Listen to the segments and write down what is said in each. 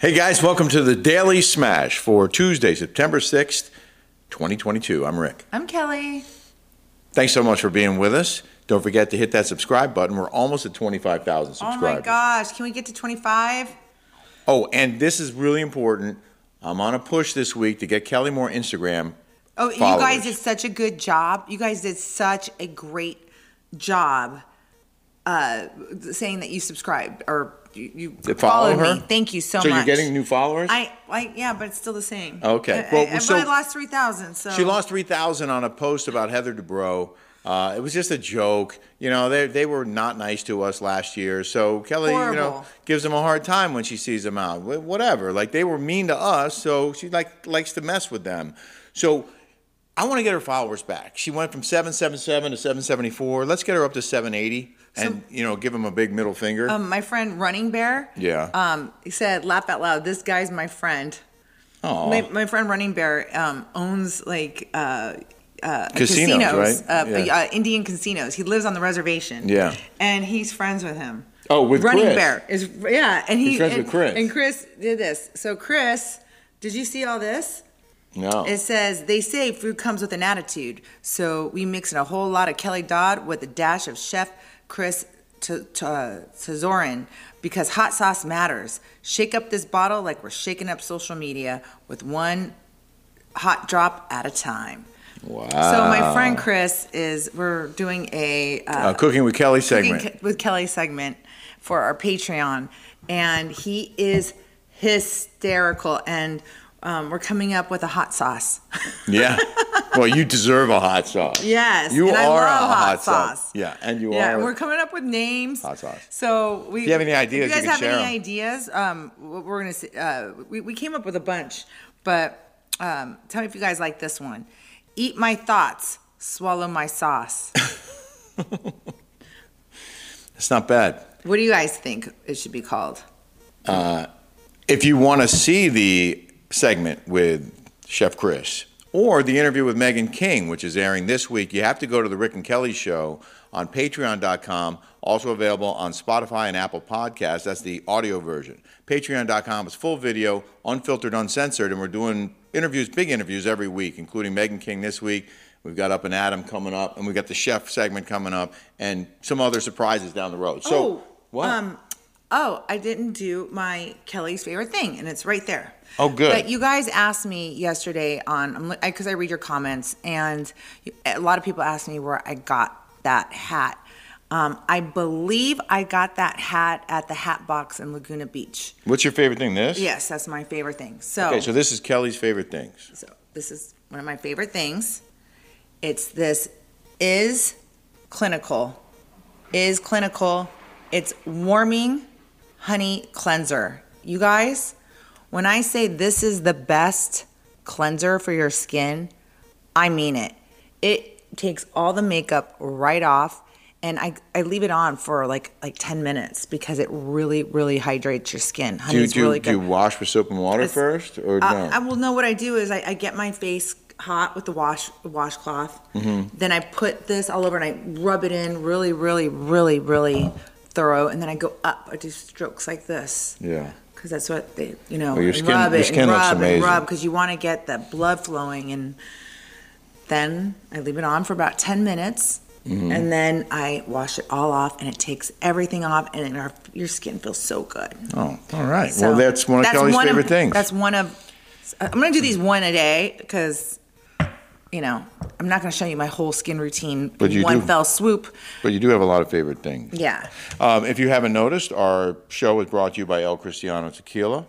Hey guys, welcome to the Daily Smash for Tuesday, September 6th, 2022. I'm Rick. I'm Kelly. Thanks so much for being with us. Don't forget to hit that subscribe button. We're almost at 25,000 Oh subscribers. my gosh, can we get to 25? Oh, and this is really important. I'm on a push this week to get Kelly more Instagram. Oh, you Followers. guys did such a good job. You guys did such a great job uh, saying that you subscribed or you, you To follow followed me. her? Thank you so, So much. you're getting new followers? I, I, yeah, but it's still the same. Okay, I, well, I, I, so- but I lost 3,000, so. She lost 3,000 on a post about Heather Dubrow. Uh, it was just a joke. You know, they, they were not nice to us last year. So Kelly, you know, Horrible. gives them a hard time when she sees them out. Wh- Whatever. Like they were mean to us, so she like likes to mess with them. So I want to get her followers back. She went from 777 to 774. Let's get her up to 780 and you know, give them a big middle finger. Um, my friend Running Bear. Yeah. Um, he said, laugh out loud, this guy's my friend. Aw. My, my friend Running Bear um, owns like uh, uh, Casinos, casinos, right? uh, Yeah. uh, Indian casinos. He lives on the reservation. Yeah. and he's friends with him. Oh, with Running Chris. Bear is yeah, and he He's friends and, with Chris. And Chris did this. So Chris, did you see all this? no. It says they say food comes with an attitude, so we mix in a whole lot of Kelly Dodd with a dash of Chef Chris T- T- uh, Tezorin because hot sauce matters. Shake up this bottle like we're shaking up social media with one hot drop at a time. Wow. So Ah. my friend Chris is we're doing a uh, uh, cooking with Kelly Cooking segment. Ke- with Kelly segment for our Patreon, and he is hysterical. And um, we're coming up with a hot sauce. Yeah. well, you deserve a hot sauce. Yes, You and I are love a hot, hot sauce. sauce. Yeah, and you yeah, are. we're coming up with names. Hot sauce. So we. If you have any ideas, if you you guys can have share any 'em. ideas? Um, what we're gonna. s- Uh, we we came up with a bunch, but um, tell me if you guys like this one. Eat my thoughts, swallow my sauce. it's not bad. what do you guys think it should be called? If you want to see the segment with Chef Chris or the interview with Megan King, which is airing this week, you have to go to the Rick and Kelly show on patreon.com, also available on Spotify and Apple Podcasts. That's the audio version. Patreon.com is full video, unfiltered, uncensored, and we're doing interviews, big interviews every week, including Megan King this week. We've got Up and Adam coming up, and we've got the chef segment coming up, and some other surprises down the road. So, oh, Um, oh, I didn't do my Kelly's favorite thing, and it's right there. Oh, good. But you guys asked me yesterday on because I read your comments, and you- a lot of people asked me where I got that hat. Um, I believe I got that hat at the Hat Box in Laguna Beach. What's your favorite thing? This? Yes, that's my favorite thing. So, Okay, so this is Kelly's favorite things. so this is one of my favorite things. It's this is clinical. Is clinical. It's warming honey cleanser. You guys, when I say this is the best cleanser for your skin, I mean it. It takes all the makeup right off and I, I leave it on for like like 10 minutes because it really really hydrates your skin. Do you, Honey's do, you- really do good. you wash with soap and water It's- first, or I- no? I will know what I do is I, I get my face hot with the wash washcloth. Mm-hmm. Then I put this all over and I rub it in really, really, really, really thorough. And then I go up. I do strokes like this yeah. because that's what they, you know, Well, your and skin- rub your it skin and looks rub amazing. and rub because you want to get the blood flowing. And then I leave it on for about 10 minutes. Mm-hmm. And then I wash it all off, and it takes everything off, and then our, your skin feels so good. Oh, all right. So well, that's one of Kelly's one favorite things. That's one of. I'm gonna do these one a day because, you know, I'm not gonna show you my whole skin routine But you in one do. fell swoop. but you do have a lot of favorite things. Yeah. Um, if you haven't noticed, our show is brought to you by El Cristiano Tequila.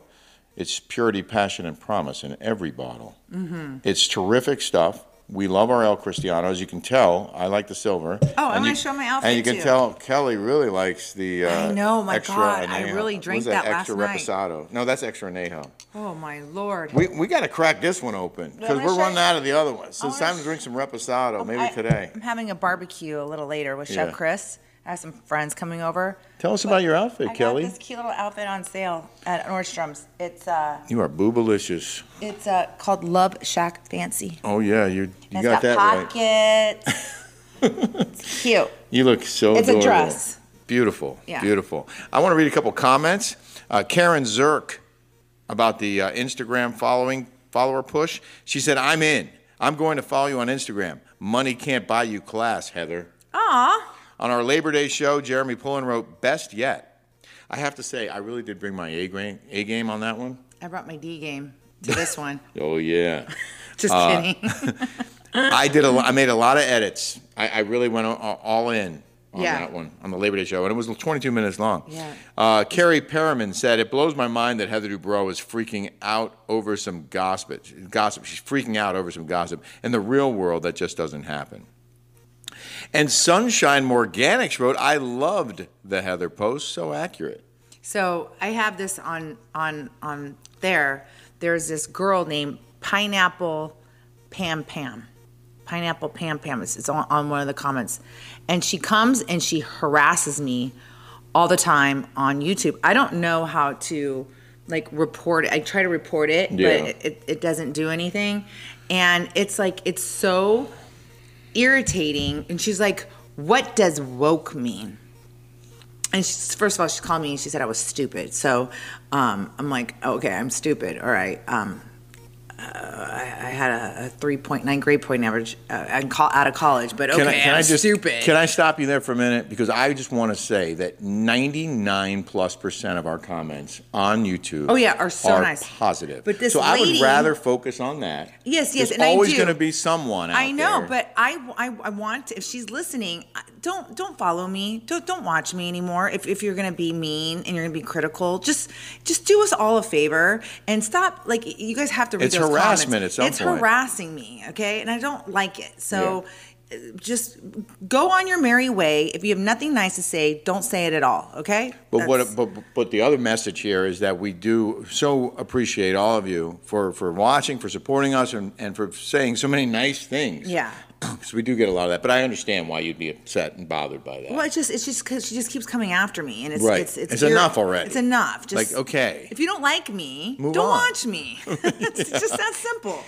It's purity, passion, and promise in every bottle. Mm-hmm. It's terrific stuff. We love our El Cristiano. As you can tell, I like the silver. Oh, I'm And you- gonna show my outfit And you can too. tell Kelly really likes the. Uh, I know, my extra God, I añejo. really What drank is that, that extra last night. reposado. No, that's extra añejo. Oh my lord. We, we got to crack this one open because I'm gonna we're show running you- out of the other ones. So I it's wanna time to sh- drink some reposado, maybe I- today. I'm having a barbecue a little later with Chef Yeah. Chris. I have some friends coming over. Tell us about your outfit, I Kelly. got this cute little outfit on sale at Nordstrom's. It's uh, You are boobalicious. it's uh, called Love Shack Fancy. Oh yeah, you you And got it's that right. pockets. it's cute. You look so. It's a adorable. dress. Beautiful, Yeah. beautiful. I want to read a couple comments. Uh, Karen Zirk about the uh, Instagram following follower push. She said, "I'm in. I'm going to follow you on Instagram. Money can't buy you class, Heather." Aw. On our Labor Day show, Jeremy Pullen wrote, "Best yet." I have to say, I really did bring my A game, A game on that one. I brought my D game to this one. Oh yeah. Just kidding. I did a lo- I made a lot of edits. I, I really went a- a- all in on Yeah. that one on the Labor Day show, and it was 22 minutes long. Yeah. Uh, Carrie Perriman said, "It blows my mind that Heather Dubrow is freaking out over some gossip. Gossip. She's freaking out over some gossip. In the real world, that just doesn't happen." And Sunshine Morganics wrote, "I loved the Heather post. So accurate." So I have this on on on there. There's this girl named Pineapple Pam Pam. Pineapple Pam Pam. It's, it's on, on one of the comments, and she comes and she harasses me all the time on YouTube. I don't know how to like report. it. I try to report it, Yeah. but it, it doesn't do anything. And it's like it's so irritating. And she's like, "What does woke mean?" and she's, first of all, she called me and she said I was stupid. So um, I'm like, okay, I'm stupid. All right. Um, uh, I, I had a, a 3.9 grade point average uh, and call, out of college, but okay, Can I, can I'm I just stupid. Can I stop you there for a minute because I just want to say that 99 plus percent of our comments on YouTube. Oh, yeah, are so nice. positive. But this so I would lady- rather focus on that. Yes, yes, There's and I always do. going to be someone. Out I know, there. but I, I, I want to, if she's listening, I- don't don't follow me. Don't don't watch me anymore. If, if you're gonna be mean and you're gonna be critical, just just do us all a favor and stop. Like you guys have to read It's those comments. harassment at some it's point. harassing me, okay, and I don't like it. So uh, just go on your merry way. If you have nothing nice to say, don't say it at all, okay? But what? That's- But but the other message here is that we do so appreciate all of you for for watching, for supporting us, and, and for saying so many nice things. yeah. Because we do get a lot of that. But I understand why you'd be upset and bothered by that. Well, it's just it's just because she just keeps coming after me, and it's Right. it's, it's It's enough already. It's enough. Just Like, okay. If you don't like me, Move don't on. watch me. it's just that simple.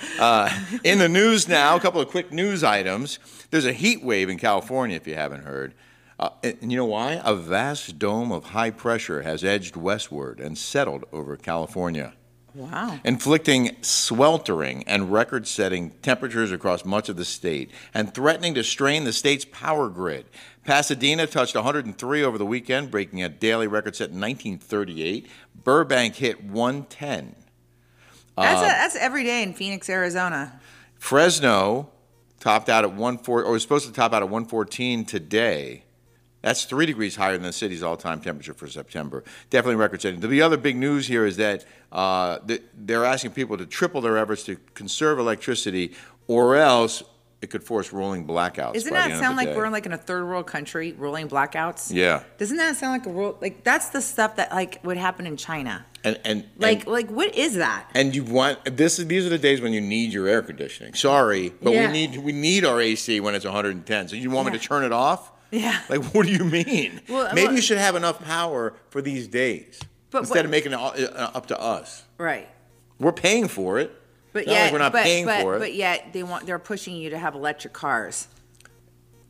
In the news now, a couple of quick news items. There's a heat wave in California, if you haven't heard. Uh, and and you know why? A vast dome of high pressure has edged westward and settled over California, wow. inflicting sweltering and record setting temperatures across much of the state and threatening to strain the state's power grid. Pasadena touched 103 over the weekend, breaking a daily record set in 1938. Burbank hit 110. That's Uh, a, that's every day in Phoenix, Arizona. Fresno topped out at one four, or was supposed to top out at 114 today. That's three degrees higher than the city's all-time temperature for September. Definitely record-setting. The other big news here is that uh, th- they're asking people to triple their efforts to conserve electricity, or else it could force rolling blackouts. Doesn't by the that end of sound the like day. we're in like in a third world country, rolling blackouts? Yeah, Doesn't that sound like a rule? Like that's the stuff that like would happen in China. and and Like and, like what is that? and you want this? is- These are the days when you need your air conditioning. Sorry, but Yeah. we need we need our AC when it's 110. So you want me Yeah. to turn it off? Yeah. Like, what do you mean? Well, Maybe well- you should have enough power for these days But instead what- of making it all, uh, up to us. Right. We're paying for it. But It's not like yet, we're not but, paying but, for it, but yet they want they're pushing you to have electric cars.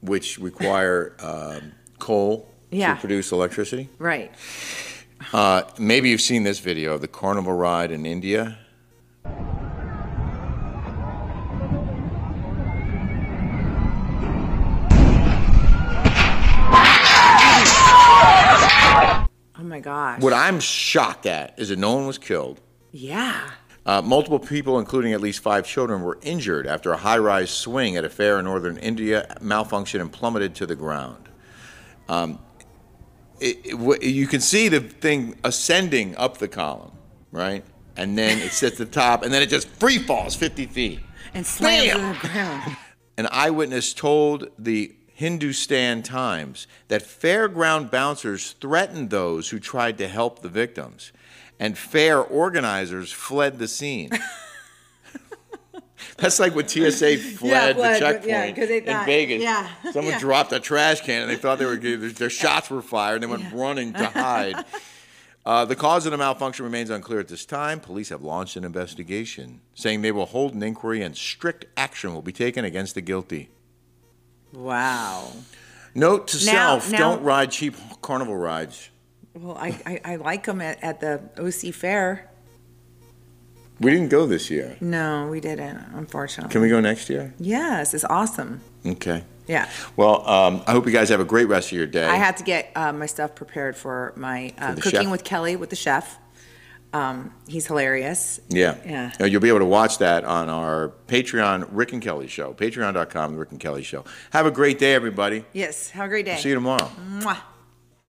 which require um, coal Yeah. to produce electricity. Right. Uh, maybe you've seen this video of the carnival ride in India. Oh my gosh. What I'm shocked at is that no one was killed. yeah. Uh, multiple people, including at least five children, were injured after a high rise swing at a fair in northern India malfunctioned and plummeted to the ground. Um, it, it, wh- you can see the thing ascending up the column, right? And then it sits at the top, and then it just free falls 50 feet. And slams Bam! on the ground. An eyewitness told the Hindustan Times that fairground bouncers threatened those who tried to help the victims, and fair organizers fled the scene. That's like when TSA fled fled, the checkpoint yeah, 'cause they thought- in Vegas. yeah, Someone yeah. dropped a trash can and they thought they were their, their shots were fired and they went running to hide. Uh, the cause of the malfunction remains unclear at this time. Police have launched an investigation, saying they will hold an inquiry and strict action will be taken against the guilty. Wow. Note to Now- self: now- Don't ride cheap carnival rides. Well, I, I, I like them at, at the OC Fair. We didn't go this year. No, we didn't, unfortunately. Can we go next year? Yes, it's awesome. Okay. Yeah. Well, um, I hope you guys have a great rest of your day. I had to get uh, my stuff prepared for my uh, For the cooking chef? with Kelly with the chef. Um, he's hilarious. Yeah. Yeah. Uh, You'll be able to watch that on our Patreon, Rick and Kelly Show. Patreon.com, The Rick and Kelly Show. Have a great day, everybody. Yes. Have a great day. See you tomorrow. Mwah.